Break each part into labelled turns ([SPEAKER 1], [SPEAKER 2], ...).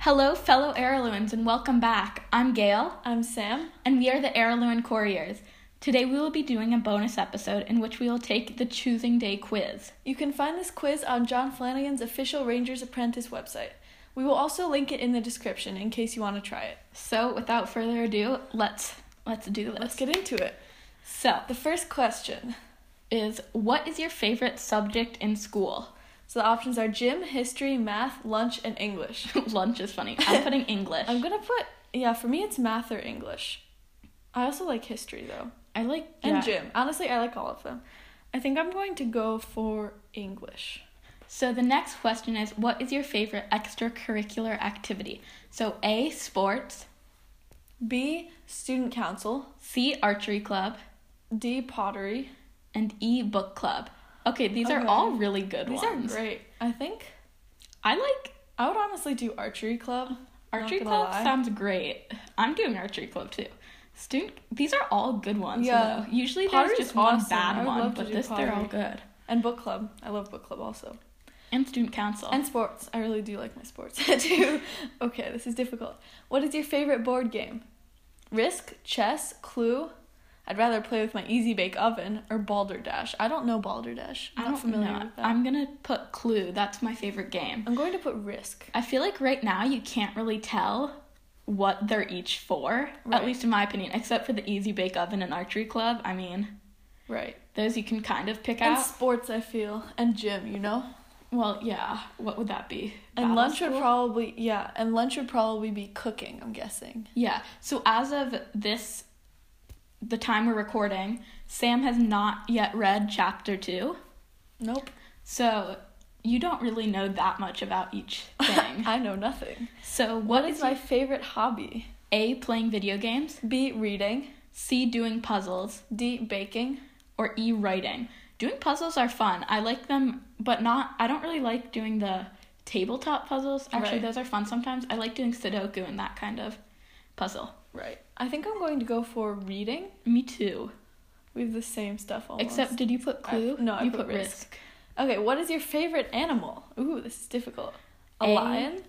[SPEAKER 1] Hello, fellow Heirloons, and welcome back. I'm Gail,
[SPEAKER 2] I'm Sam.
[SPEAKER 1] and we are the Heirloon Couriers. Today we will be doing a bonus episode in which we will take the Choosing Day quiz.
[SPEAKER 2] You can find this quiz on John Flanagan's official Ranger's Apprentice website. We will also link it in the description in case you want to try it.
[SPEAKER 1] So, without further ado, let's let's do this.
[SPEAKER 2] Let's get into it.
[SPEAKER 1] So,
[SPEAKER 2] The first question.
[SPEAKER 1] is what is your favorite subject in school?
[SPEAKER 2] So the options are gym, history, math, lunch, and English.
[SPEAKER 1] Lunch is funny. I'm putting English.
[SPEAKER 2] I'm gonna put yeah, for me it's math or English. I also like history though.
[SPEAKER 1] I like
[SPEAKER 2] And
[SPEAKER 1] yeah.
[SPEAKER 2] gym. Honestly, I like all of them. I think I'm going to go for English.
[SPEAKER 1] So the next question is what is your favorite extracurricular activity? So A sports,
[SPEAKER 2] B student council.
[SPEAKER 1] C archery club,
[SPEAKER 2] D pottery.
[SPEAKER 1] and E book club. Okay, these are
[SPEAKER 2] Okay.
[SPEAKER 1] all really good
[SPEAKER 2] These
[SPEAKER 1] ones.
[SPEAKER 2] are great. I think
[SPEAKER 1] I like
[SPEAKER 2] I would honestly do archery club. Not
[SPEAKER 1] archery
[SPEAKER 2] gonna
[SPEAKER 1] club
[SPEAKER 2] lie.
[SPEAKER 1] sounds great. I'm doing archery club too. Student these are all good ones
[SPEAKER 2] Yeah.
[SPEAKER 1] though. Usually
[SPEAKER 2] Pottery's
[SPEAKER 1] there's just one
[SPEAKER 2] awesome. I
[SPEAKER 1] bad
[SPEAKER 2] would
[SPEAKER 1] one,
[SPEAKER 2] love to
[SPEAKER 1] but
[SPEAKER 2] do
[SPEAKER 1] this they're all
[SPEAKER 2] pottery.
[SPEAKER 1] good.
[SPEAKER 2] And book club. I love book club also.
[SPEAKER 1] And student council.
[SPEAKER 2] And sports. I really do like my sports too. okay, this is difficult. What is your favorite board game? Risk, chess, clue. I'd rather play with my Easy Bake Oven or Balderdash. I don't know Balderdash. I'm
[SPEAKER 1] I don't
[SPEAKER 2] not familiar
[SPEAKER 1] know.
[SPEAKER 2] with that.
[SPEAKER 1] I'm gonna put Clue. That's my favorite game.
[SPEAKER 2] I'm going to put Risk.
[SPEAKER 1] I feel like right now you can't really tell what they're each for, at
[SPEAKER 2] Right.
[SPEAKER 1] least in my opinion, except for the Easy Bake Oven and Archery Club. I mean,
[SPEAKER 2] Right.
[SPEAKER 1] those you can kind of pick
[SPEAKER 2] And
[SPEAKER 1] out.
[SPEAKER 2] sports, I feel. And gym, you know?
[SPEAKER 1] Well, yeah. What would that be?
[SPEAKER 2] And
[SPEAKER 1] Battle
[SPEAKER 2] lunch would
[SPEAKER 1] school?
[SPEAKER 2] probably, yeah, and lunch would probably be cooking, I'm guessing.
[SPEAKER 1] Yeah. So as of this, the time we're recording, Sam has not yet read chapter two.
[SPEAKER 2] Nope.
[SPEAKER 1] So you don't really know that much about each thing.
[SPEAKER 2] I know nothing.
[SPEAKER 1] so
[SPEAKER 2] What is my favorite hobby?
[SPEAKER 1] A playing video games,
[SPEAKER 2] B, reading.
[SPEAKER 1] C doing puzzles,
[SPEAKER 2] D, baking.
[SPEAKER 1] or E writing. Doing puzzles are fun. I like them, but not. I don't really like doing the tabletop puzzles. Actually,
[SPEAKER 2] Right.
[SPEAKER 1] those are fun sometimes. I like doing Sudoku and that kind of puzzle.
[SPEAKER 2] Right. I think I'm going to go for reading.
[SPEAKER 1] Me too.
[SPEAKER 2] We have the same stuff almost.
[SPEAKER 1] Except, did you put clue?
[SPEAKER 2] no, I
[SPEAKER 1] you
[SPEAKER 2] put risk. okay, what is your favorite animal? Ooh, this is difficult. A,
[SPEAKER 1] A-
[SPEAKER 2] lion.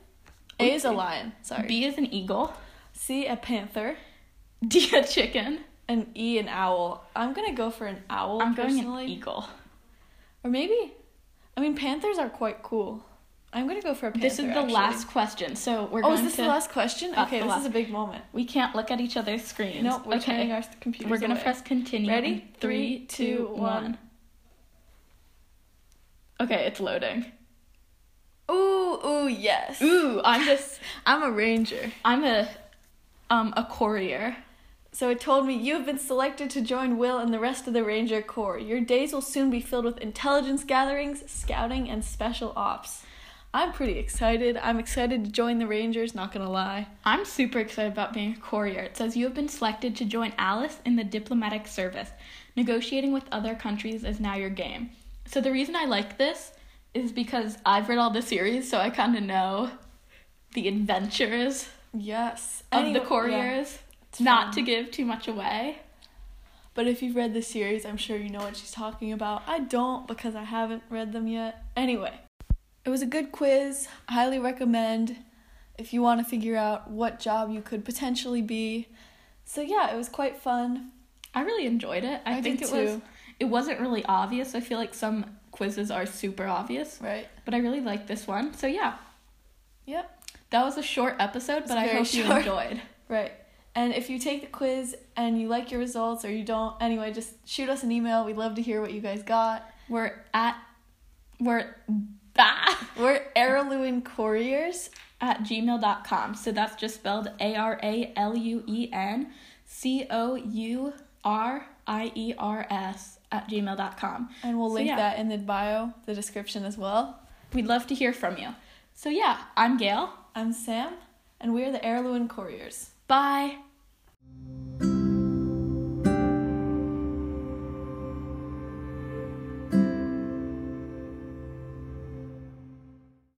[SPEAKER 2] A is a lion. Sorry.
[SPEAKER 1] B is an eagle.
[SPEAKER 2] C a panther.
[SPEAKER 1] D a chicken.
[SPEAKER 2] And E an owl. I'm gonna go for an owl
[SPEAKER 1] I'm going
[SPEAKER 2] personally,
[SPEAKER 1] an eagle.
[SPEAKER 2] or maybe. I mean, panthers are quite cool. I'm gonna go for a panther.
[SPEAKER 1] this is the
[SPEAKER 2] actually.
[SPEAKER 1] last question, so we're
[SPEAKER 2] Oh,
[SPEAKER 1] going
[SPEAKER 2] is this
[SPEAKER 1] to.
[SPEAKER 2] the last question?
[SPEAKER 1] That's
[SPEAKER 2] Okay,
[SPEAKER 1] the
[SPEAKER 2] this
[SPEAKER 1] last-
[SPEAKER 2] is a big moment.
[SPEAKER 1] We can't look at each other's screens.
[SPEAKER 2] No, we're
[SPEAKER 1] okay.
[SPEAKER 2] turning our computers.
[SPEAKER 1] We're gonna
[SPEAKER 2] away.
[SPEAKER 1] press continue.
[SPEAKER 2] Ready?
[SPEAKER 1] in Three, two, one. Okay, it's loading.
[SPEAKER 2] Ooh, ooh, yes.
[SPEAKER 1] Ooh, I'm just
[SPEAKER 2] I'm a ranger.
[SPEAKER 1] I'm a um a courier.
[SPEAKER 2] So it told me you have been selected to join Will and the rest of the Ranger Corps. Your days will soon be filled with intelligence gatherings, scouting, and special ops. I'm pretty excited. I'm excited to join the Rangers, not gonna lie.
[SPEAKER 1] I'm super excited about being a courier. It says you have been selected to join Alice in the diplomatic service. Negotiating with other countries is now your game. So the reason I like this is because I've read all the series, so I kind of know the adventures
[SPEAKER 2] Yes.
[SPEAKER 1] of
[SPEAKER 2] Any-
[SPEAKER 1] the
[SPEAKER 2] yeah,
[SPEAKER 1] couriers.
[SPEAKER 2] it's
[SPEAKER 1] Not
[SPEAKER 2] fun.
[SPEAKER 1] to give too much away.
[SPEAKER 2] But if you've read the series, I'm sure you know what she's talking about. I don't because I haven't read them yet. Anyway, it was a good quiz. I highly recommend if you want to figure out what job you could potentially be. So yeah, it was quite fun.
[SPEAKER 1] I really enjoyed it. I,
[SPEAKER 2] I
[SPEAKER 1] think
[SPEAKER 2] did
[SPEAKER 1] it was
[SPEAKER 2] too.
[SPEAKER 1] it wasn't really obvious. I feel like some quizzes are super obvious,
[SPEAKER 2] Right.
[SPEAKER 1] but I really liked this one. So yeah,
[SPEAKER 2] Yep.
[SPEAKER 1] That was a short episode, but I
[SPEAKER 2] very
[SPEAKER 1] hope you
[SPEAKER 2] short.
[SPEAKER 1] enjoyed.
[SPEAKER 2] Right. And if you take the quiz and you like your results or you don't, anyway, just shoot us an email. We'd love to hear what you guys got.
[SPEAKER 1] We're at we're bah,
[SPEAKER 2] We're Araluen Couriers.
[SPEAKER 1] at gmail.com. So that's just spelled A R A L U E N C O U R I E R S at gmail.com.
[SPEAKER 2] And we'll
[SPEAKER 1] So,
[SPEAKER 2] link
[SPEAKER 1] yeah.
[SPEAKER 2] that in the bio, the description as well.
[SPEAKER 1] We'd love to hear from you. So yeah, I'm Gail.
[SPEAKER 2] I'm Sam, and we're the Araluen Couriers.
[SPEAKER 1] Bye.